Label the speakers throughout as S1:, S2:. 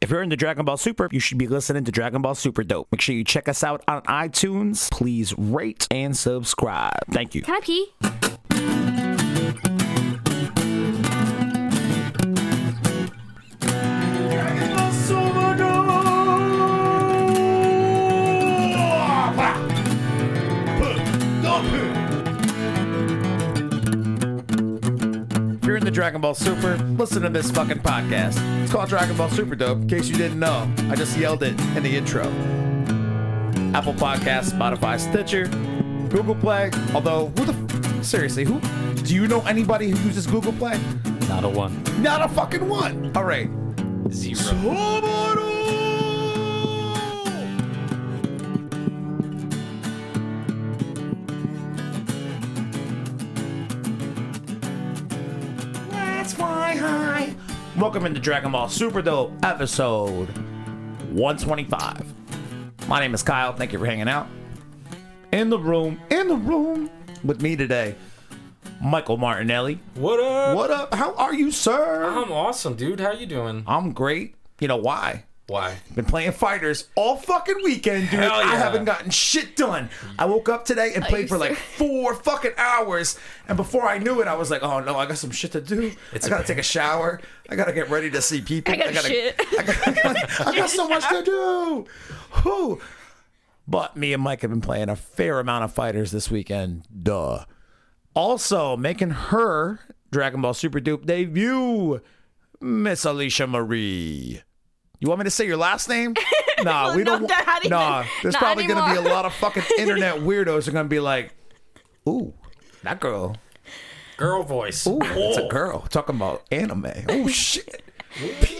S1: If you're into Dragon Ball Super, you should be listening to Dragon Ball Super Dope. Make sure you check us out on iTunes. Please rate and subscribe. Thank you.
S2: Can I pee?
S1: If you're into Dragon Ball Super, listen to this fucking podcast. It's called Dragon Ball Super Dope, in case you didn't know. I just yelled it in the intro. Apple Podcasts, Spotify, Stitcher, Google Play. Although, who the f- seriously, who do you know anybody who uses Google Play?
S3: Not a one.
S1: Not a fucking one. All right.
S3: Zero.
S1: Let's fly high. Welcome into Dragon Ball Super Dope episode 125. My name is Kyle. Thank you for hanging out. In the room, in the room with me today, Michael Martinelli.
S4: What up?
S1: What up? How are you, sir?
S4: I'm awesome, dude. How you doing?
S1: I'm great. You know why?
S4: Why?
S1: Been playing fighters all fucking weekend, dude.
S4: Hell
S1: I
S4: yeah.
S1: haven't gotten shit done. I woke up today and played for like four fucking hours, and before I knew it, I was like, "Oh no, I got some shit to do. I gotta take a shower. I gotta get ready to see people.
S2: I got
S1: gotta
S2: shit.
S1: I got, I got so much to do. Whew. But me and Mike have been playing a fair amount of fighters this weekend. Duh. Also, making her Dragon Ball Super Dupe debut, Miss Alicia Marie. You want me to say your last name? Nah, we
S2: No,
S1: don't.
S2: not even-
S1: nah, there's
S2: not
S1: probably going to be a
S2: anymore.
S1: lot of fucking internet weirdos are going to be like, "Ooh, that girl.
S4: Girl voice.
S1: Ooh, it's
S2: Oh.
S1: a girl talking about anime. Oh shit.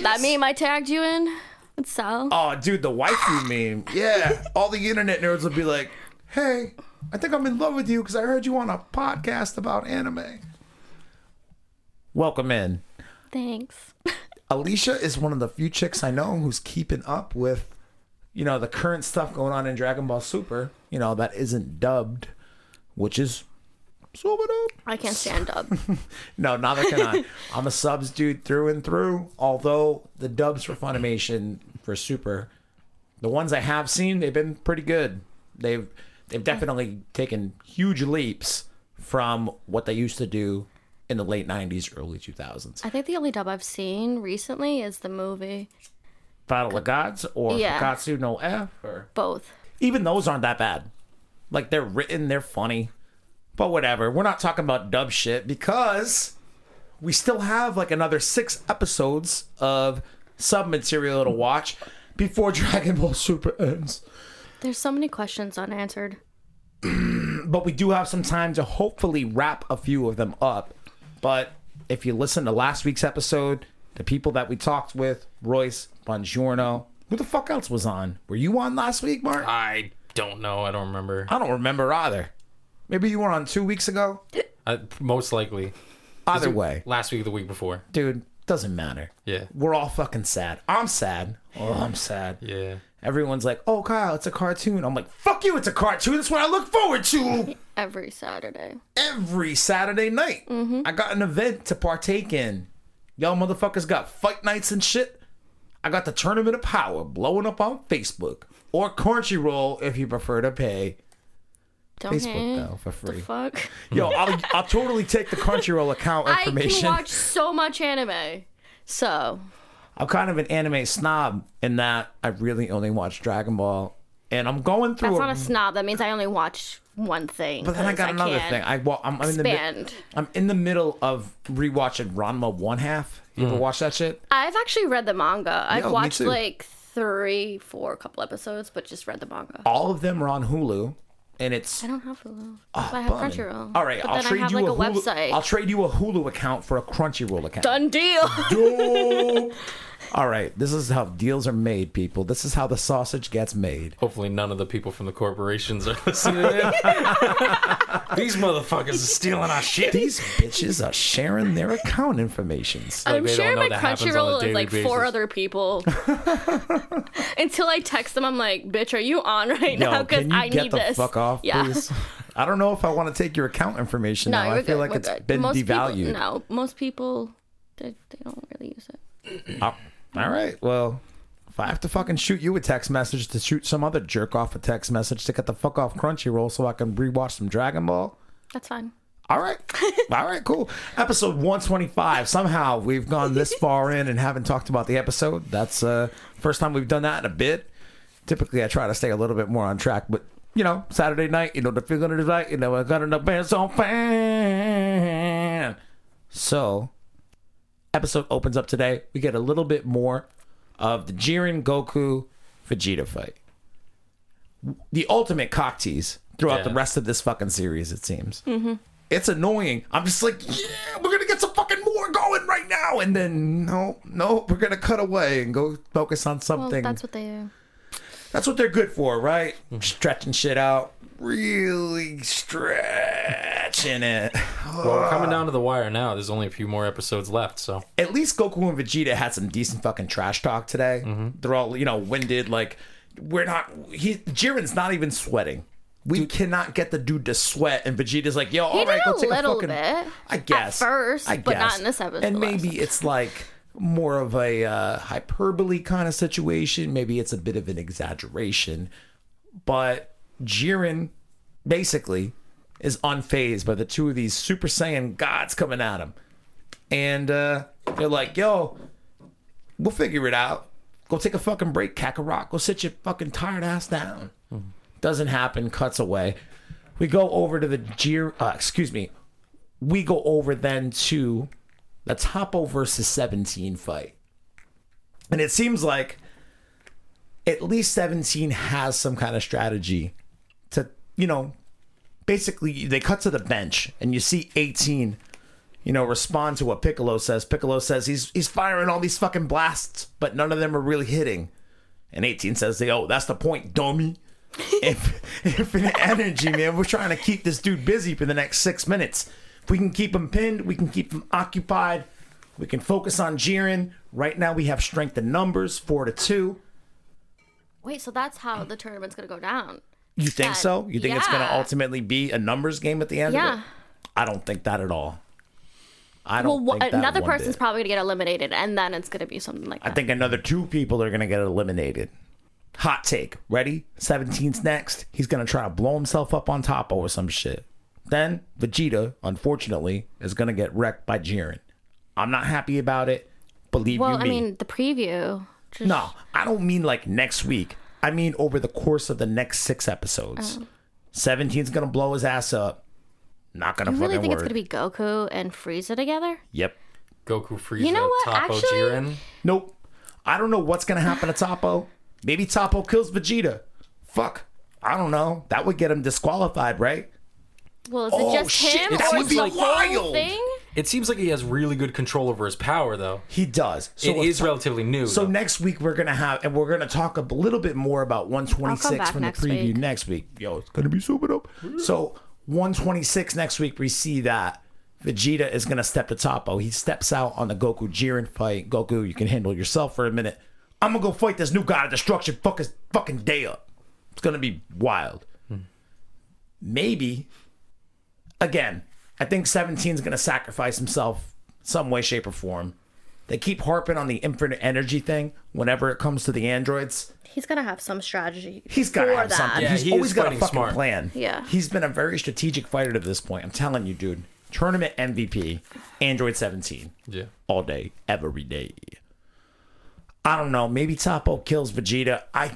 S2: That meme I tagged you in with Sal.
S1: Oh, dude, the waifu meme. Yeah, all the internet nerds will be like, "Hey, I think I'm in love with you because I heard you on a podcast about anime." Welcome in.
S2: Thanks.
S1: Alicia is one of the few chicks I know who's keeping up with, you know, the current stuff going on in Dragon Ball Super. You know that isn't dubbed, which is super dope.
S2: I can't stand up.
S1: No, neither can I. I'm a subs dude through and through. Although the dubs for Funimation for Super, the ones I have seen, they've been pretty good. They've they've definitely taken huge leaps from what they used to do in the late '90s, early 2000s.
S2: I think the only dub I've seen recently is the movie.
S1: Battle of Gods or
S2: Yeah.
S1: Katsu no F or
S2: Both.
S1: even those aren't that bad. Like they're written, they're funny, but whatever. We're not talking about dub shit because we still have like another six episodes of sub material to watch before Dragon Ball Super ends.
S2: There's so many questions unanswered.
S1: But we do have some time to hopefully wrap a few of them up. But if you listen to last week's episode, the people that we talked with, Royce, Bongiorno, who the fuck else was on? Were you on last week, Mark?
S4: I don't know. I don't remember.
S1: I don't remember either. Maybe you were on two weeks ago.
S4: I, most likely
S1: Either way,
S4: last week or the week before.
S1: dude, doesn't matter.
S4: Yeah.
S1: We're all fucking sad. I'm sad. Oh, I'm sad.
S4: Yeah.
S1: Everyone's like, "Oh, Kyle, it's a cartoon." I'm like, "Fuck you, it's a cartoon. That's what I look forward to
S2: Every Saturday.
S1: every Saturday night.
S2: Mm-hmm.
S1: I got an event to partake in. Y'all motherfuckers got fight nights and shit. I got the Tournament of Power blowing up on Facebook or Crunchyroll if you prefer to pay.
S2: Don't
S1: Facebook,
S2: hate.
S1: though, for free.
S2: The fuck?
S1: Yo, I'll, I'll totally take the Crunchyroll account
S2: I can
S1: information.
S2: watch so much anime. So,
S1: I'm kind of an anime snob in that I really only watch Dragon Ball, and I'm going through.
S2: that's
S1: a-
S2: not a snob. That means I only watch one thing.
S1: but then I
S2: 'cause
S1: got another
S2: can't
S1: thing. I well, I'm, I'm in the mi-
S2: Expand.
S1: I'm in the middle of rewatching Ranma One Half. You ever watch that shit?
S2: I've actually read the manga. I've
S1: Yo, me
S2: watched
S1: too.
S2: like three, four couple episodes, but just read the manga.
S1: All of them are on Hulu, and it's
S2: I don't have Hulu. but I have
S1: fun.
S2: Crunchyroll.
S1: Ah, All right,
S2: but
S1: I'll
S2: then
S1: trade
S2: I have
S1: you
S2: like
S1: a,
S2: a,
S1: Hulu,
S2: website.
S1: I'll trade you a Hulu account for a Crunchyroll account.
S2: Done deal.
S1: Dope. All right, this is how deals are made, people. This is how the sausage gets made.
S4: Hopefully, none of the people from the corporations are listening. in. These motherfuckers are stealing our shit.
S1: These bitches are sharing their account informations.
S2: I'm
S4: they don't
S2: sharing
S4: know
S2: my
S4: that happens on a
S2: Crunchyroll with
S4: daily
S2: like four
S4: basis.
S2: other people. Until I text them, I'm like, "Bitch, are you on right now? Because
S1: can you
S2: I
S1: get
S2: need
S1: the
S2: this."
S1: fuck off,
S2: yeah.
S1: please? I don't know if I want to take your account information
S2: No,
S1: now.
S2: we're
S1: I
S2: good.
S1: feel like
S2: we're
S1: it's
S2: good.
S1: been
S2: most
S1: devalued.
S2: People, no, most people they, they don't really use it.
S1: Oh, all right, well, If I have to fucking shoot you a text message to shoot some other jerk off a text message to get the fuck off Crunchyroll so I can rewatch some Dragon Ball.
S2: That's fine.
S1: All right. All right, cool. Episode 125. Somehow we've gone this far in and haven't talked about the episode. That's uh first time we've done that in a bit. Typically I try to stay a little bit more on track, but you know, Saturday night, you know the feeling is right, you know I got enough bands on fan. So episode opens up today. We get a little bit more of the Jiren Goku Vegeta fight. The ultimate cock tease throughout
S4: Yeah.
S1: the rest of this fucking series, it seems it's annoying. I'm just like, yeah, we're gonna get some fucking more going right now, and then no, no, we're gonna cut away and go focus on
S2: Well,
S1: something.
S2: that's what they do.
S1: That's what they're good for, right? Stretching shit out, really stretching it.
S4: Well, we're coming down to the wire now. There's only a few more episodes left, so
S1: At least Goku and Vegeta had some decent fucking trash talk today. They're all you know winded, like we're not. He Jiren's not even sweating. We cannot get the dude to sweat, and Vegeta's like, "Yo, all
S2: He
S1: right,
S2: did
S1: go
S2: a
S1: take
S2: little
S1: a fucking."
S2: bit.
S1: I guess
S2: first,
S1: I
S2: but not
S1: guess.
S2: in this episode,
S1: And
S2: the last
S1: maybe it's like more of a uh, hyperbole kind of situation. Maybe it's a bit of an exaggeration, but Jiren basically is unfazed by the two of these Super Saiyan gods coming at him, and uh, they're like, "Yo, we'll figure it out. Go take a fucking break, Kakarot. Go sit your fucking tired ass down."
S2: Hmm.
S1: Doesn't happen. Cuts away. We go over to the Jir. Uh, excuse me we go over then to the Topo versus 17 fight. And it seems like at least 17 has some kind of strategy to, you know, basically they cut to the bench and you see 18, you know, respond to what Piccolo says. Piccolo says he's he's firing all these fucking blasts, but none of them are really hitting. And 18 says, they, oh, that's the point, dummy. Inf- infinite energy, man. We're trying to keep this dude busy for the next six minutes. If we can keep him pinned, we can keep him occupied. We can focus on Jiren. Right now, we have strength in numbers, four to two.
S2: Wait, so that's how the tournament's gonna go down.
S1: You think
S2: That-
S1: so? You think it's going to
S2: yeah.
S1: ultimately be a numbers game at the end? Of
S2: Yeah.
S1: it? I don't think that at all. I
S2: Well,
S1: don't.
S2: wha-
S1: think that
S2: another
S1: one
S2: person's
S1: bit.
S2: probably gonna get eliminated, and then it's gonna be something like that.
S1: I think another two people are going to get eliminated. Hot take. Ready? 17's next. He's going to try to blow himself up on top or some shit. Then Vegeta, unfortunately, is going to get wrecked by Jiren. I'm not happy about it. Believe
S2: well,
S1: you
S2: I
S1: me.
S2: mean, the preview. Just,
S1: no, I don't mean like next week. I mean over the course of the next six episodes.
S2: Oh.
S1: 17's going to blow his ass up. Not going to
S2: You
S1: fucking
S2: really think
S1: work.
S2: it's gonna be Goku and Frieza together?
S1: Yep.
S4: Goku Frieza,
S2: know what?
S4: Topo
S2: Actually-
S4: Jiren.
S1: Nope. I don't know what's gonna happen to Topo. Maybe Topo kills Vegeta. Fuck. I don't know. That would get him disqualified, right?
S2: Well, is
S1: Oh,
S2: it just
S1: shit,
S2: him,
S1: that
S2: or
S1: would
S2: is
S1: be
S2: the
S1: wild.
S2: whole thing?
S4: It seems like he has really good control over his power, though.
S1: He does. So
S4: it
S1: if
S4: is
S1: To-
S4: relatively new.
S1: so
S4: though.
S1: next week we're gonna have, and we're gonna talk a little bit more about 126
S2: back
S1: from the
S2: next
S1: preview
S2: week.
S1: next week. Yo, it's gonna be super dope. So 126 next week we see that Vegeta is gonna step to Topo. He steps out on the Goku Jiren fight. Goku, you can handle yourself for a minute. I'm gonna go fight this new god of destruction. Fuck his fucking day up. It's gonna be wild. Maybe again, I think 17 is going to sacrifice himself some way, shape, or form. They keep harping on the infinite energy thing whenever it comes to the androids.
S2: He's gonna have some strategy.
S1: He's got to
S2: for
S1: have
S2: that.
S1: something.
S4: Yeah,
S1: He's
S4: he is
S1: always got a
S4: fighting
S1: fucking
S4: smart.
S1: plan.
S2: Yeah.
S1: He's been a very strategic fighter to this point. I'm telling you, dude. Tournament MVP, Android 17
S4: yeah.
S1: all day, every day. I don't know. Maybe Topo kills Vegeta. I,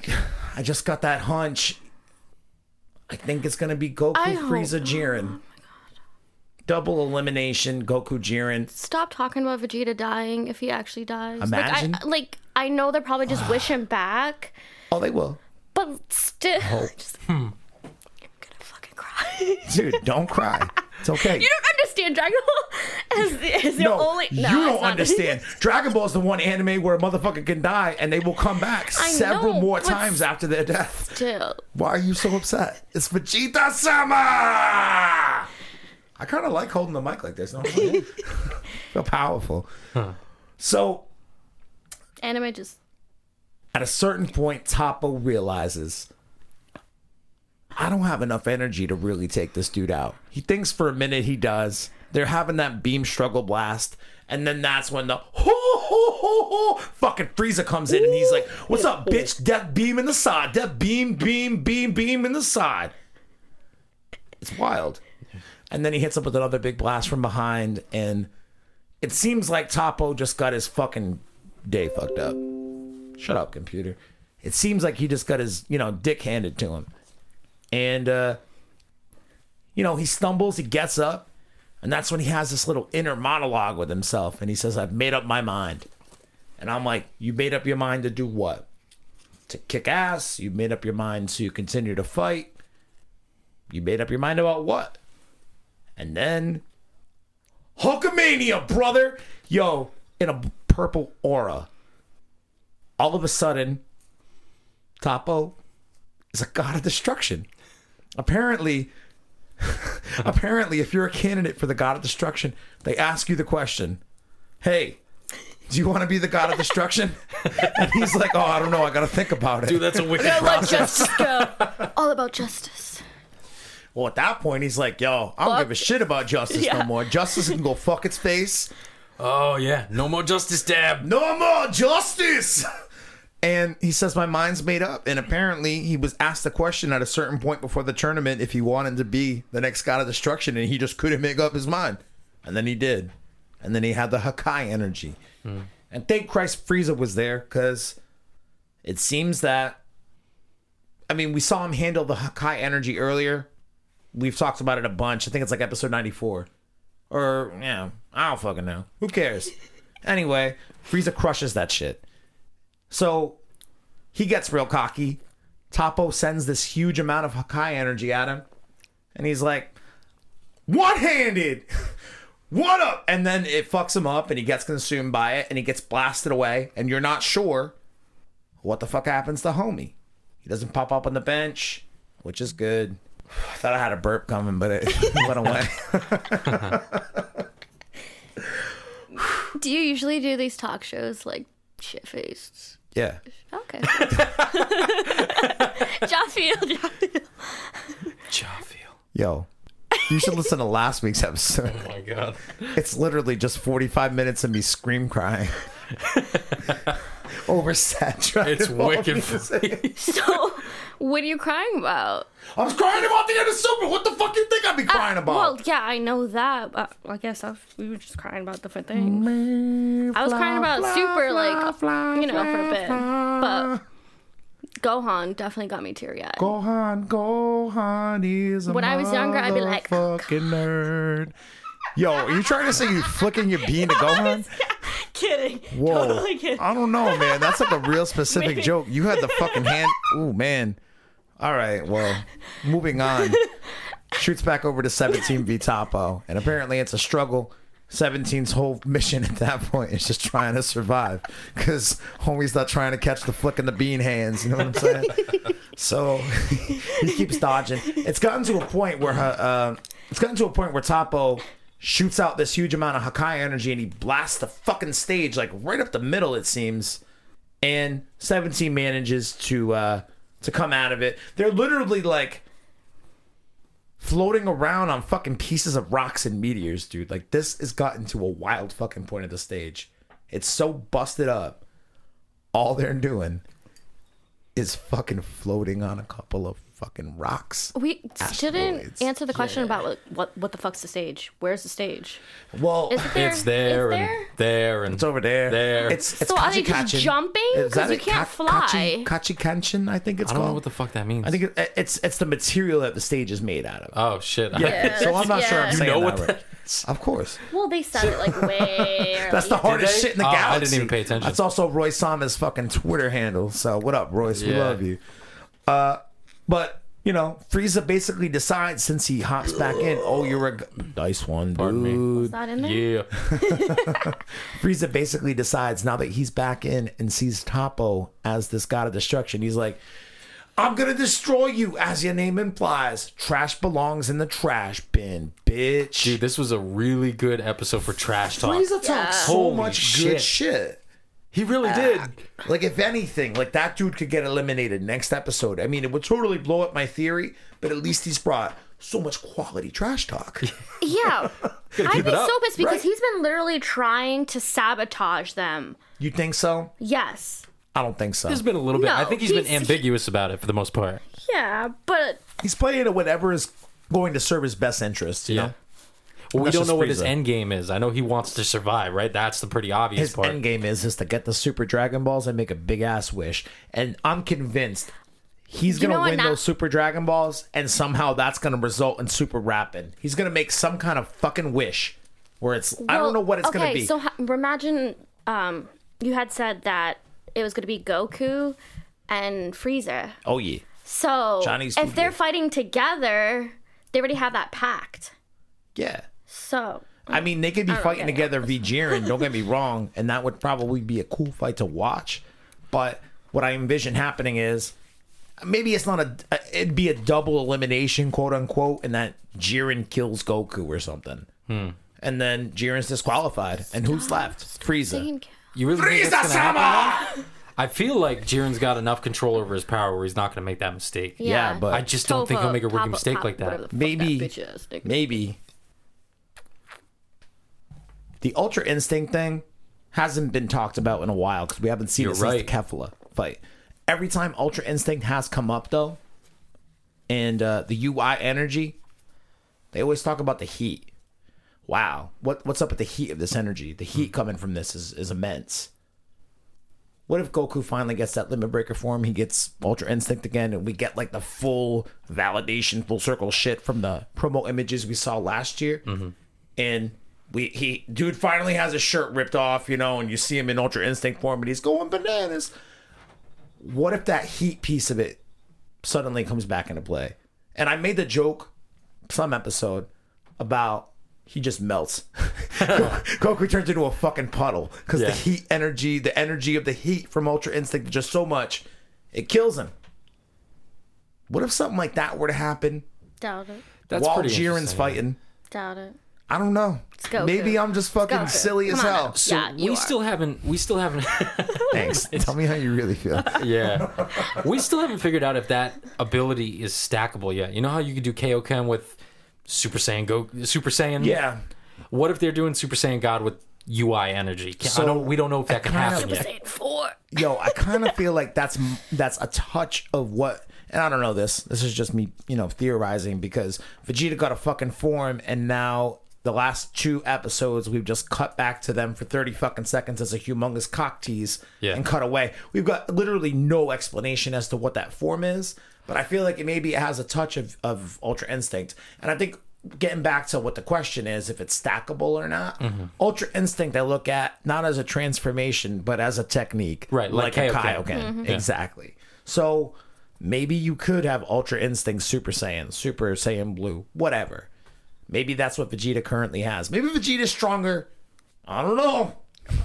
S1: I just got that hunch. I think it's gonna be Goku,
S2: I hope- Oh
S1: Frieza, Jiren. Double elimination, Goku, Jiren.
S2: Stop talking about Vegeta dying if he actually dies.
S1: Imagine.
S2: Like I, like, I know they will probably just wish him back,
S1: Oh, they will.
S2: but still.
S1: Oh.
S2: Just,
S1: Hmm.
S2: I'm gonna fucking cry.
S1: Dude, don't cry. It's okay.
S2: You don't understand Dragon Ball as the, as the
S1: no,
S2: only. No,
S1: you
S2: it's
S1: don't
S2: not-
S1: understand. Dragon Ball is the one anime where a motherfucker can die and they will come back
S2: I
S1: several
S2: know,
S1: more
S2: but
S1: times after their death.
S2: Still,
S1: Why are you so upset? It's Vegeta Sama! I kind of like holding the mic like this. Don't I? Feel powerful. So
S2: anime just.
S1: at a certain point, Topo realizes I don't have enough energy to really take this dude out. He thinks for a minute he does. They're having that beam struggle blast, And then that's when the ho ho ho ho fucking Frieza comes in and he's like, "What's up, bitch? Death beam in the side. Death beam, beam, beam, beam in the side." It's wild. And then he hits up with another big blast from behind, and it seems like Topo just got his fucking day fucked up. Shut up, computer. It seems like he just got his, you know, dick handed to him. And, uh, you know, he stumbles, he gets up, and that's when he has this little inner monologue with himself. And he says, I've made up my mind. And I'm like, You made up your mind to do what? To kick ass? You made up your mind to continue to fight? You made up your mind about what? And then Hulkamania, brother. Yo, in a purple aura. All of a sudden, Topo is a god of destruction. Apparently, apparently, if you're a candidate for the god of destruction, they ask you the question, "Hey, do you want to be the god of destruction?" and he's like, "Oh, I don't know. I got to think about it."
S4: Dude, that's a wicked
S2: Gotta
S4: process.
S2: let justice go. All about justice.
S1: Well, at that point, he's like, "Yo, I don't
S2: Fuck.
S1: give a shit about justice no
S2: Yeah.
S1: more. Justice can go fuck its face."
S4: Oh yeah, no more justice dab.
S1: No more justice. And he says, My mind's made up. And apparently, he was asked the question at a certain point before the tournament if he wanted to be the next god of destruction, and he just couldn't make up his mind. And then he did. And then he had the Hakai energy. And thank Christ Frieza was there because it seems that, I mean, we saw him handle the Hakai energy earlier. We've talked about it a bunch. I think it's like episode 94. Or, yeah, I don't fucking know. Who cares? Anyway, Frieza crushes that shit. So he gets real cocky. Topo sends this huge amount of Hakai energy at him. And he's like, one handed! What up? And then it fucks him up and he gets consumed by it and he gets blasted away. And you're not sure what the fuck happens to homie. He doesn't pop up on the bench, which is good. I thought I had a burp coming, but it went away.
S2: Do you usually do these talk shows like shit faced?
S1: yeah.
S2: Okay. Jaffiel, Jaffiel.
S4: Jaffiel.
S1: Yo, you should listen to last week's episode.
S4: Oh my god.
S1: It's literally just 45 minutes of me scream crying over sad trying
S4: It's
S1: to follow
S4: wicked
S1: music.
S2: So, what are you crying about?
S1: I was crying about the end of Super. What the fuck you think I'd be crying about?
S2: Uh, Well, yeah, I know that, but I guess I was, we were just crying about different things. I was crying about Super, like, you know, for a bit. But Mm-hmm. Gohan definitely got me teary eyed.
S1: Gohan, Gohan is a
S2: When I was younger, I'd be like, oh,
S1: fucking nerd. Yo, are you trying to say you flicking your bean to Gohan?
S2: kidding.
S1: Whoa.
S2: Totally kidding.
S1: I don't know, man. That's like a real specific
S2: Maybe.
S1: joke. You had the fucking hand. Ooh, man. All right. Well, moving on. Shoots back over to 17 v Topo. And apparently it's a struggle. 17's whole mission at that point is just trying to survive because homie's not trying to catch the flick in the bean hands. You know what I'm saying? so he keeps dodging. It's gotten to a point where her, uh, it's gotten to a point where Topo shoots out this huge amount of Hakai energy and he blasts the fucking stage like right up the middle. It seems and 17 manages to uh to come out of it. They're literally like floating around on fucking pieces of rocks and meteors, dude. Like this has gotten to a wild fucking point at the stage. It's so busted up. All they're doing is fucking floating on a couple of fucking rocks.
S2: We shouldn't
S1: Asteroids.
S2: answer the question about like, what what the fuck's the stage? Where's the stage?
S1: Well,
S2: Is it there?
S4: It's there
S2: Is
S4: and
S2: there?
S4: there and
S1: it's over there.
S4: There.
S1: It's it's
S2: So are they
S1: Kachikanchin.
S2: just jumping?
S1: Is
S2: 'Cause
S1: that
S2: you
S1: it?
S2: can't
S1: Ka- Kachi-
S2: fly.
S1: Kachikanchin, I think it's
S4: I don't
S1: called.
S4: know what the fuck that means.
S1: I think it, it's it's the material that the stage is made out of.
S4: Oh shit.
S1: Yeah. So I'm not sure I'm
S2: You
S1: saying
S4: know
S1: that
S4: what
S1: right.
S4: that
S1: Of course.
S2: Well, they said it like way. early.
S1: That's the hardest
S4: they?
S1: shit in the
S4: Oh, I
S1: galaxy.
S4: didn't even pay attention.
S1: That's also Roy Sama's fucking Twitter handle. So what up, Royce? We
S4: Yeah.
S1: love you. Uh, but you know, Frieza basically decides since he hops back in. Oh, you're a g- nice one,
S4: Pardon me.
S1: dude.
S2: It's not in there.
S4: Yeah.
S1: Frieza basically decides now that he's back in and sees Topo as this god of destruction, he's like, I'm gonna destroy you, as your name implies. Trash belongs in the trash bin, bitch.
S4: Dude, this was a really good episode for trash talk.
S1: Frieza talks so
S4: Holy
S1: much
S4: shit.
S1: good shit.
S4: He really did.
S1: Like, if anything, like that dude could get eliminated next episode. I mean, it would totally blow up my theory, but at least he's brought so much quality trash talk.
S2: Yeah. I'd
S4: keep it
S2: be
S4: up,
S2: so pissed because
S1: right?
S2: he's been literally trying to sabotage them.
S1: you think so?
S2: Yes.
S1: I don't think so.
S3: There's been a little bit.
S2: No,
S3: I think he's been
S2: he's-
S3: ambiguous about it for the most part.
S2: Yeah, but
S1: He's playing to whatever is going to serve his best interest. You
S3: Yeah.
S1: know,
S3: Well, we
S1: That's
S3: don't
S1: just
S3: know what his
S1: Frieza.
S3: end game is. I know he wants to survive, right? That's the pretty obvious
S1: his
S3: part.
S1: end game is is to get the Super Dragon Balls and make a big ass wish. And I'm convinced he's
S2: You know
S1: gonna
S2: what,
S1: win
S2: now-
S1: those Super Dragon Balls, and somehow that's gonna result in Super Rapping. He's gonna make some kind of fucking wish where it's I
S2: Well,
S1: don't know what it's gonna
S2: okay,
S1: be.
S2: So ho- imagine um, you had said that it was going to be Goku and Frieza.
S1: oh yeah,
S2: So
S1: Johnny's
S2: if
S1: Fugia.
S2: they're fighting together, they already have that pact.
S1: yeah.
S2: So
S1: I mean, they could be
S2: don't
S1: fighting
S2: get it.
S1: together, Jiren. Don't get me wrong, and that would probably be a cool fight to watch. But what I envision happening is maybe it's not a, a- it'd be a double elimination, quote unquote, and that Jiren kills Goku or something, and then Jiren's disqualified, and who's
S2: Ah,
S1: left? Frieza.
S3: You really think that's gonna happen? I feel like Jiren's got enough control over his power where he's not going to make that mistake.
S1: Yeah, but
S3: I just don't think he'll make a rookie mistake like that.
S1: Maybe-
S2: Maybe.
S1: Maybe the Ultra Instinct thing hasn't been talked about in a while because we haven't seen it
S3: You're
S1: since
S3: right.
S1: the Kefla fight. Every time Ultra Instinct has come up though, and uh, the UI energy, they always talk about the heat. Wow, what what's up with the heat of this energy? The
S3: Hmm.
S1: heat coming from this is, is immense. What if Goku finally gets that limit breaker form? He gets Ultra Instinct again, and we get like the full validation, full circle shit from the promo images we saw last year.
S3: Mm-hmm.
S1: And we he dude finally has his shirt ripped off, you know, and you see him in Ultra Instinct form, and he's going bananas. What if that heat piece of it suddenly comes back into play? And I made the joke some episode about he just melts. Goku turns into a fucking puddle because
S3: Yeah.
S1: the heat energy, the energy of the heat from Ultra Instinct, is just so much, it kills him. What if something like that were to happen
S2: Doubt it.
S3: That's
S1: while
S3: pretty
S1: Jiren's
S3: interesting.
S1: fighting?
S2: Doubt it.
S1: I don't know.
S2: Goku.
S1: Maybe I'm just fucking
S2: Goku.
S1: silly as
S2: Come on
S1: hell.
S2: now.
S3: So
S2: Yeah, you
S3: we
S2: are.
S3: still haven't. We still haven't.
S1: Thanks. Tell me how you really feel.
S3: yeah, we still haven't figured out if that ability is stackable yet. You know how you could do Kaioken with Super Saiyan Go Super Saiyan.
S1: yeah.
S3: What if they're doing Super Saiyan God with UI energy? Can,
S1: So,
S3: I don't, we don't know if that can
S1: kinda-
S3: happen yet.
S2: Saiyan four.
S1: Yo, I kind of feel like that's that's a touch of what and I don't know this. This is just me, you know, theorizing because Vegeta got a fucking form and now the last two episodes we've just cut back to them for 30 fucking seconds as a humongous cock tease
S3: Yeah.
S1: and cut away. We've got literally no explanation as to what that form is, but I feel like it maybe it has a touch of of Ultra Instinct. And I think getting back to what the question is if it's stackable or not ultra instinct i look at not as a transformation but as a technique
S3: Right, like
S1: a
S3: Kaioken.
S1: Kaioken.
S2: Mm-hmm.
S1: Exactly. So maybe you could have Ultra Instinct Super Saiyan, Super Saiyan Blue, whatever. Maybe that's what Vegeta currently has. Maybe Vegeta's stronger. I don't know.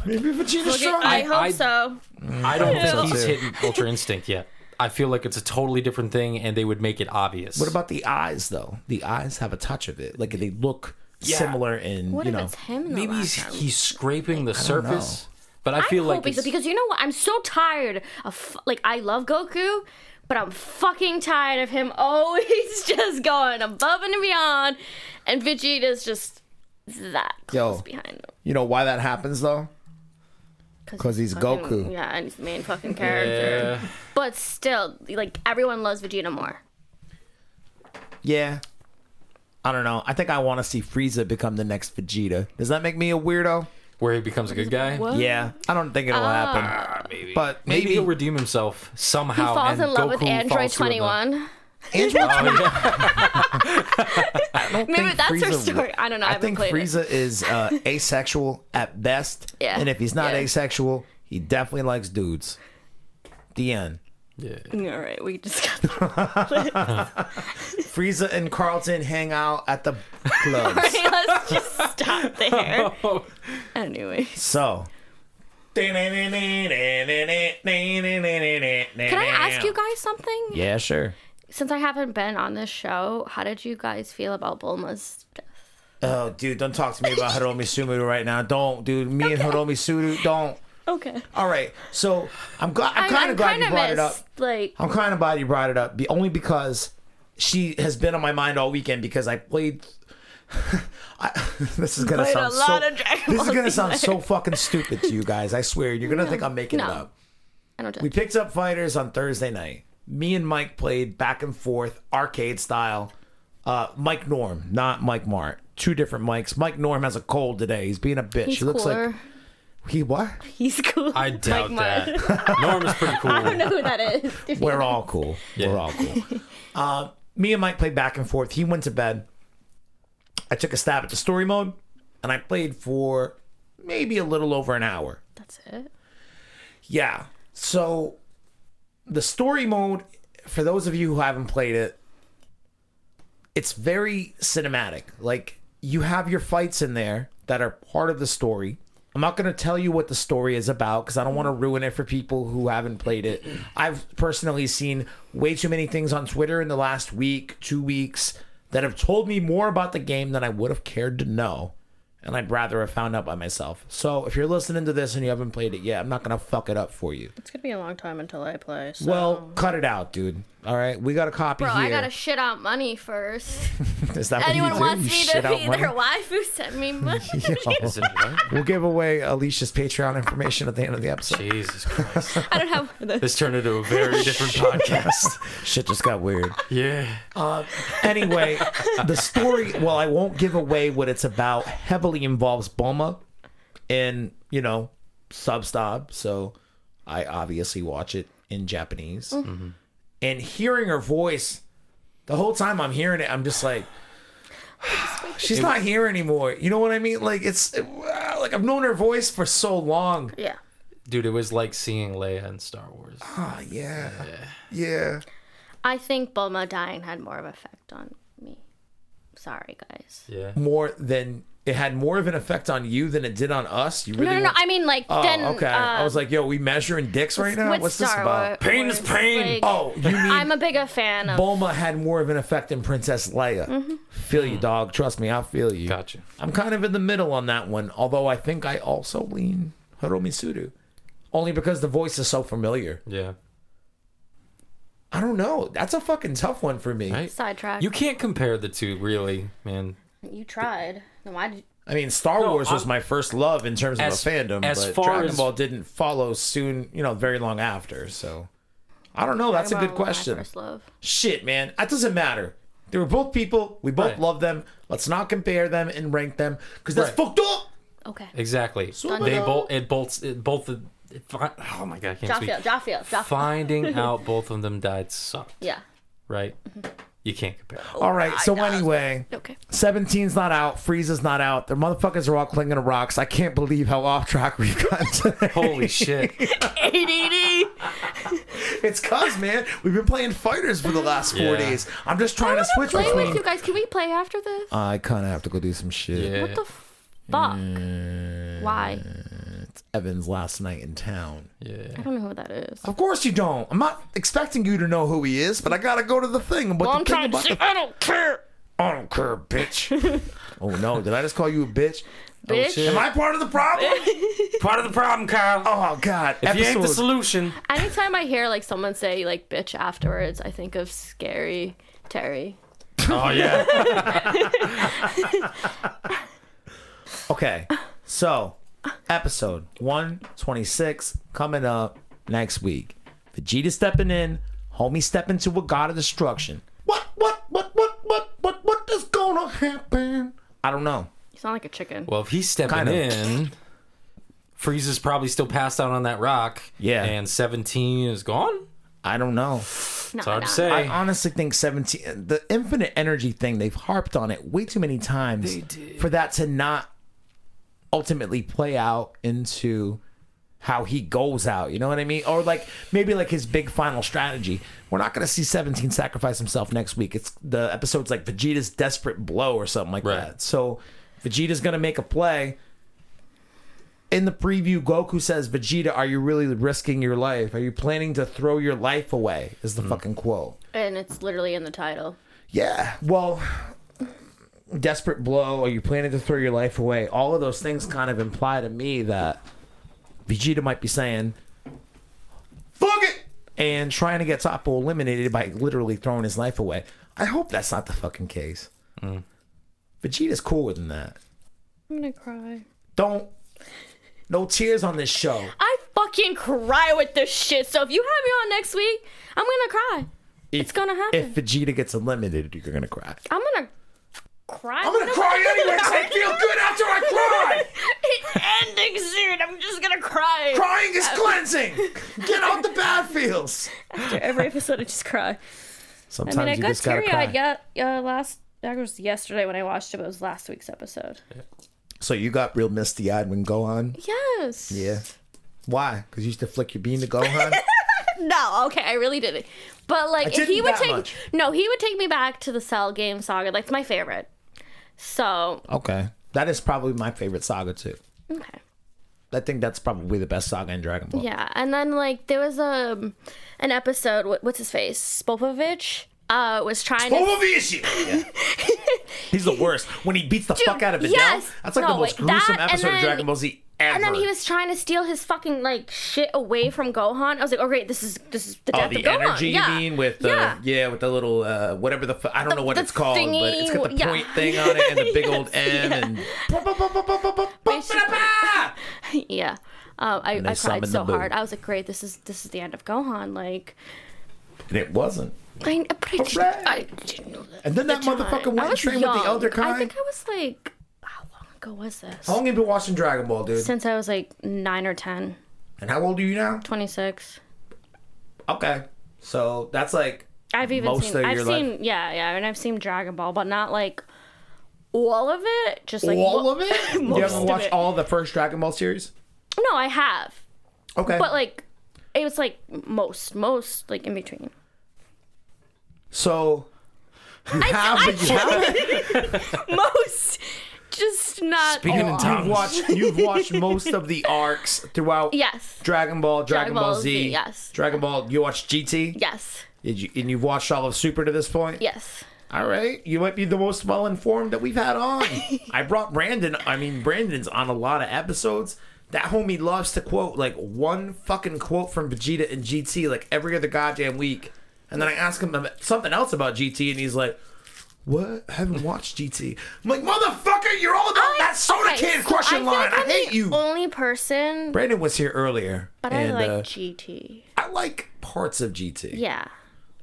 S1: Maybe Vegeta's stronger.
S2: I, hope
S3: I-
S2: so.
S3: I don't think he's hitting Ultra Instinct yet. I feel like it's a totally different thing, and they would make it obvious.
S1: what about the eyes though? The eyes have a touch of it. Like they look
S3: Yeah.
S1: similar in
S2: What
S1: you
S2: if
S1: know.
S2: it's him? In the
S3: maybe he's,
S2: last round?
S3: he's scraping the surface? But I
S2: I'm
S3: feel like
S2: hoping so
S3: it's-
S2: because you know what? I'm so tired of f- like I love Goku, but I'm fucking tired of him always just going above and beyond, and Vegeta's just that close
S1: Yo.
S2: behind him
S1: You know why that happens though? 'Cause he's
S2: fucking-
S1: Goku.
S2: Mm, Yeah, and he's the main fucking character.
S3: Yeah.
S2: But still, like everyone loves Vegeta more.
S1: Yeah. I don't know. I think I want to see Frieza become the next Vegeta. Does that make me a weirdo?
S3: where he becomes a good guy.
S1: Yeah. I don't think
S2: Ah,
S1: it'll happen. But
S3: Maybe,
S1: maybe,
S3: he'll redeem himself
S2: He
S3: somehow.
S2: falls
S3: Oh, and
S2: in love
S3: Goku
S2: with Android
S3: falls through in
S2: Twenty
S3: love.
S2: One.
S1: Android
S2: Maybe
S1: think
S2: that's her
S1: Frieza-
S2: story. I don't know. I,
S1: I,
S2: haven't
S1: think
S2: played it.
S1: Frieza is uh, asexual at best.
S2: Yeah.
S1: And if he's not
S2: Yeah.
S1: asexual, he definitely likes dudes. The end.
S2: All right, we just got
S1: Frieza and Carlton hang out at the clubs.
S2: Let's just stop there. anyway,
S1: so. Can
S2: can I
S1: I
S2: ask you guys something?
S1: Yeah, sure.
S2: Since I haven't been on this show, how did you guys feel about Bulma's death?
S1: Oh, dude, don't talk to me about Hiromi Sumuru right now. Don't, dude. Me and Hiromi Sumuru, don't.
S2: Okay,
S1: All right. So I'm glad. I'm kind of glad you brought it up.
S2: Like,
S1: I'm kind of glad you brought it up, be- only because she has been on my mind all weekend because I played. I, this is gonna
S2: Played a
S1: sound
S2: lot
S1: so.
S2: of Dragon
S1: this
S2: Ball
S1: is gonna
S2: Z
S1: sound
S2: fighters.
S1: so fucking stupid to you guys. I swear, you're gonna think I'm making
S2: No.
S1: it up.
S2: I don't. do
S1: We
S2: that.
S1: picked up fighters on Thursday night. Me and Mike played back and forth, arcade style. Uh, Mike Norm, not Mike Mart. Two different mics. Mike Norm has a cold today. He's being a bitch.
S2: He's
S1: he looks
S2: cooler.
S1: like he what?
S2: He's cool.
S3: I doubt
S2: Mike Myers.
S3: that. Norm is pretty cool.
S2: I don't know who that is. to be
S1: We're all cool. We're all cool. Uh, me and Mike played back and forth. He went to bed. I took a stab at the story mode, and I played for maybe a little over an hour.
S2: That's it.
S1: Yeah. So the story mode, for those of you who haven't played it, it's very cinematic. Like you have your fights in there that are part of the story. I'm not going to tell you what the story is about because I don't want to ruin it for people who haven't played it. I've personally seen way too many things on Twitter in the last week, two weeks that have told me more about the game than I would have cared to know. And I'd rather have found out by myself. So if you're listening to this and you haven't played it yet, I'm not going to fuck it up for you.
S2: It's gonna be a long time until I play. So.
S1: Well, cut it out, dude. All right, we got a copy
S2: Um, Bro,
S1: here.
S2: I gotta shit out money first.
S1: Is that what you
S2: Anyone
S1: do?
S2: wants
S1: You
S2: me to
S1: shit out
S2: be
S1: money?
S2: their waifu, send me money.
S3: Is it right?
S1: We'll give away Alicia's Patreon information at the end of the episode.
S3: Jesus Christ.
S2: I don't have the
S3: This turned into a very different podcast.
S1: Shit just got weird.
S3: Yeah.
S1: Anyway, the story, well, I won't give away what it's about, heavily involves Bulma and, you know, Substab. So I obviously watch it in Japanese. And hearing her voice, the whole time I'm hearing it, I'm just like, she's not here anymore. You know what I mean? Like, it's uh, like I've known her voice for so long.
S2: yeah.
S3: Dude, it was like seeing Leia in Star Wars.
S1: Ah, yeah. Yeah.
S2: I think Bulma dying had more of an effect on me. Sorry, guys.
S3: Yeah.
S1: More than it had more of an effect on you than it did on us. You really
S2: No, no, no.
S1: want-
S2: I mean, like
S1: Oh,
S2: then.
S1: okay.
S2: Uh,
S1: I was like, yo, we measuring dicks right now?
S2: with
S1: What's
S2: Star
S1: this about?
S2: Wars, Um,
S3: Pain is
S2: like,
S3: pain.
S1: Oh, you mean
S2: I'm a bigger fan of.
S1: Bulma had more of an effect than Princess Leia.
S2: Mm-hmm.
S1: Feel you, dog. Trust me, I feel you.
S3: Gotcha.
S1: I'm kind of in the middle on that one, although I think I also lean Hiromi Sudu. Only because the voice is so familiar.
S3: Yeah.
S1: I don't know. That's a fucking tough one for me.
S3: Right?
S2: Sidetrack.
S3: You can't compare the two, really, man.
S2: You tried. Then why did?
S1: I mean, Star
S3: No,
S1: Wars was
S3: I'm-
S1: my first love in terms of
S3: As-
S1: a fandom,
S3: as
S1: but
S3: far
S1: Dragon
S3: as-
S1: Ball didn't follow soon, you know, very long after. So I don't know. That's a
S2: Dragon
S1: good
S2: Ball was my
S1: question.
S2: first love.
S1: Shit, man, that doesn't matter. They were both people. We both
S3: Right.
S1: love them. Let's not compare them and rank them because that's
S3: Right.
S1: fucked up.
S2: Okay.
S3: Exactly.
S1: Dun,
S3: they
S1: dun.
S3: both it bolts it both the it, fi- oh my god, I can't
S2: Jaffiel,
S3: speak.
S2: Jaffiel, Jaffiel.
S3: Finding out both of them died sucked,
S2: Yeah. Mm-hmm. Oh.
S3: right? You can't compare.
S1: All right. So anyway,
S2: Okay.
S1: 17's not out. Frieza's not out. Their motherfuckers are all clinging to rocks. I can't believe how off track we've gotten. today.
S3: Holy shit.
S2: ADD.
S1: it's cuz man, we've been playing fighters for the last four
S3: Yeah.
S1: days. I'm just trying to
S2: I wanna
S1: switch
S2: play
S1: between.
S2: with you guys. Can we play after this?
S1: I kind of have to go do some shit.
S3: Yeah.
S2: What the fuck? Why?
S1: Uh, Evan's last night in town.
S2: I don't know who that is.
S1: Of course you don't. I'm not expecting you to know who he is, but I gotta go to the thing. But
S2: I'm
S1: the thing
S2: trying to
S1: about
S2: see.
S1: the
S2: I don't care.
S1: I don't care, bitch. oh no, did I just call you a bitch? Oh,
S2: Bitch.
S3: shit.
S1: Am I part of the problem?
S3: Part of the problem, Kyle.
S1: oh god.
S3: if you ain't the
S1: Episode-
S3: solution.
S2: Anytime I hear like someone say like bitch afterwards, I think of scary Terry.
S3: Oh yeah.
S1: okay. So episode one twenty six coming up next week. Vegeta stepping in, homie stepping to a god of destruction. What what what what what what what is gonna happen? I don't know.
S2: You sound like a chicken.
S3: Well, if he's stepping
S1: Kind of.
S3: in, Freeze is probably still passed out on that rock.
S1: Yeah.
S3: And 17 is gone.
S1: I don't know.
S2: no,
S3: It's hard
S2: no.
S3: to say.
S1: I honestly think 17 the infinite energy thing they've harped on it way too many times for that to not ultimately play out into how he goes out, you know what I mean? Or like maybe like his big final strategy. We're not going to see 17 sacrifice himself next week. It's the episode's like Vegeta's desperate blow or something like
S3: Right.
S1: that. So Vegeta's going to make a play in the preview, Goku says, Vegeta, are you really risking your life? Are you planning to throw your life away? Is the fucking quote.
S2: And it's literally in the title.
S1: Yeah. Well, desperate blow. Are you planning to throw your life away? All of those things kind of imply to me that Vegeta might be saying, "Fuck it," and trying to get Toppo eliminated by literally throwing his life away. I hope that's not the fucking case. Vegeta's cooler than that.
S2: I'm gonna cry.
S1: Don't. No tears on this show.
S2: I fucking cry with this shit. So if you have me on next week, I'm gonna cry. it's gonna happen.
S1: If Vegeta gets eliminated, you're gonna cry.
S2: I'm gonna cry.
S1: I'm gonna cry anyway 'cause I feel good after I cry.
S2: it's ending soon. I'm just gonna cry.
S1: Crying is cleansing. Get out the bad feels.
S2: After every episode, I just cry. I
S1: Sometimes
S2: mean, I
S1: you
S2: got
S1: just gotta
S2: teary eyed.
S1: cry.
S2: Yeah, yeah. Last that was yesterday when I watched it. But it was last week's episode.
S1: So you got real misty eyed when Gohan.
S2: Yes.
S1: Yeah. Why? Because you used to flick your bean to Gohan.
S2: No, okay, I really didn't. But like, if
S1: didn't
S2: he would
S1: that
S2: take
S1: much.
S2: no, he would take me back to the Cell Game Saga. Like it's my favorite. So
S1: okay. That is probably my favorite saga too.
S2: okay.
S1: I think that's probably the best saga in Dragon Ball.
S2: Yeah, and then like there was um an episode. What, what's his face? Spopovich uh was trying to.
S1: Over the issue. He's the worst. When he beats the fuck out of Videl,
S2: yes.
S1: that's like
S2: No,
S1: the most
S2: wait,
S1: gruesome
S2: that, and
S1: episode of
S2: then-
S1: Dragon Ball Z ever.
S2: And then he was trying to steal his fucking like shit away from Gohan. I was like, oh great, this is this is the
S1: Oh,
S2: death
S1: the
S2: of Gohan.
S1: energy
S2: yeah.
S1: you mean with the yeah,
S2: yeah.
S1: with the little uh, whatever the fu- I don't know what
S2: the
S1: it's called, but it's got the
S2: thingy, yeah.
S1: point thing on it and the big old
S2: Yes,
S1: N
S2: yeah.
S1: and bop, bop, bop, bop, bop, bop, bop, bop,
S2: Basically-
S1: bop.
S2: Yeah. Um,
S1: they
S2: I, I cried
S1: summoned
S2: so
S1: the boo.
S2: hard. I was like, great, this is this is the end of Gohan. Like,
S1: and it wasn't.
S2: I, but I, just,
S1: Hooray.
S2: I didn't know that.
S1: And then that
S2: the time.
S1: motherfucker
S2: I
S1: went and
S2: was
S1: trained with the
S2: young.
S1: Elder
S2: I
S1: Kai.
S2: think I was like, how long ago was this?
S1: How long have you been watching Dragon Ball, dude?
S2: Since I was like nine or 10,
S1: And how old are you now?
S2: 26.
S1: Okay, so that's like
S2: I've even
S1: Most
S2: seen,
S1: of
S2: I've
S1: your life.
S2: seen, yeah, yeah, and I've seen Dragon Ball, but not like all of it. Just like
S1: all
S2: mo-
S1: of it. you
S2: most
S1: haven't
S2: of
S1: watched
S2: it.
S1: all the first Dragon Ball series?
S2: No, I have,
S1: Okay,
S2: but like it was like most, most like in between.
S1: so you have, but you haven't.
S2: most, just not.
S4: Speaking
S2: all.
S4: in tongues.
S1: You've watched, you've watched most of the arcs throughout.
S2: Yes,
S1: Dragon Ball, Dragon,
S2: Dragon
S1: Ball,
S2: Ball
S1: Z,
S2: Z, yes.
S1: Dragon Ball. You watched GT,
S2: yes,
S1: Did you, and you've watched all of Super to this point.
S2: yes.
S1: All right, you might be the most well informed that we've had on. I brought Brandon. I mean, Brandon's on a lot of episodes. That homie loves to quote like one fucking quote from Vegeta and GT like every other goddamn week. And then I ask him about- something else about GT, and he's like, "What? I haven't watched GT." I'm like, "Motherfucker, you're all about that soda
S2: Okay,
S1: can
S2: so
S1: crushing
S2: feel
S1: line.
S2: like
S1: I
S2: I'm
S1: hate
S2: the
S1: you."
S2: Only person,
S1: Brandon was here earlier,
S2: but
S1: and
S2: I like
S1: uh,
S2: GT.
S1: I like parts of GT.
S2: Yeah,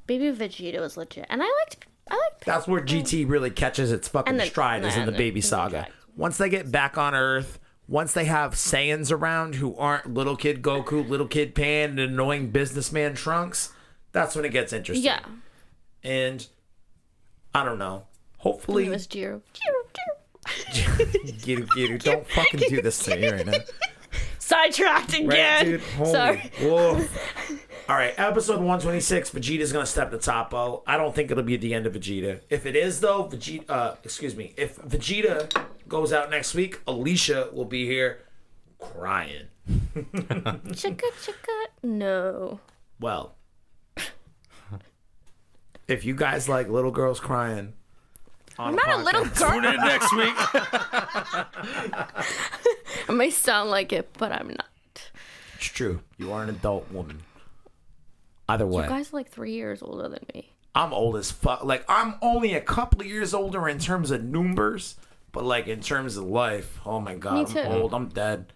S2: Baby Vegeta was legit, and I liked, I liked
S1: That's where GT really catches its fucking
S2: Mm. And the-
S1: stride is in the
S2: and the-
S1: baby
S2: and the
S1: saga.
S2: dragon.
S1: Once they get back on Earth, once they have Saiyans around who aren't little kid Goku, little kid Pan, and annoying businessman Trunks, that's when it gets interesting.
S2: Yeah,
S1: And I don't know.
S2: it
S1: Hopefully,
S2: was Jiro. Jiro, Jiro.
S1: Giru, Giru, don't fucking do this to me right now.
S2: Sidetracked
S1: Right,
S2: again.
S1: dude. Holy
S2: Sorry.
S1: woof. All right, episode 126. Vegeta's going to step to Topo. I don't think it'll be the end of Vegeta. If it is, though, Vegeta, uh, excuse me, if Vegeta goes out next week, Alicia will be here crying.
S2: Chicka chicka. No.
S1: Well, if you guys like little girls crying, on
S2: I'm not a little girl.
S4: Tune in next week.
S2: I may sound like it, but I'm not.
S1: It's true. You are an adult woman. Either way.
S2: You guys are like three years older than me.
S1: I'm old as fuck. Like I'm only a couple of years older in terms of numbers, but like in terms of life, oh my god,
S2: Me
S1: I'm
S2: too.
S1: old. I'm dead.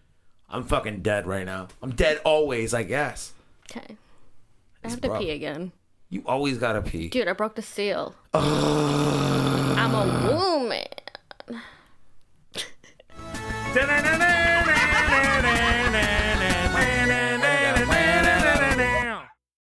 S1: I'm fucking dead right now. I'm dead always, I guess.
S2: Okay. I have to
S1: rough.
S2: pee again.
S1: You always gotta pee.
S2: Dude, I broke the seal. I'm a woman.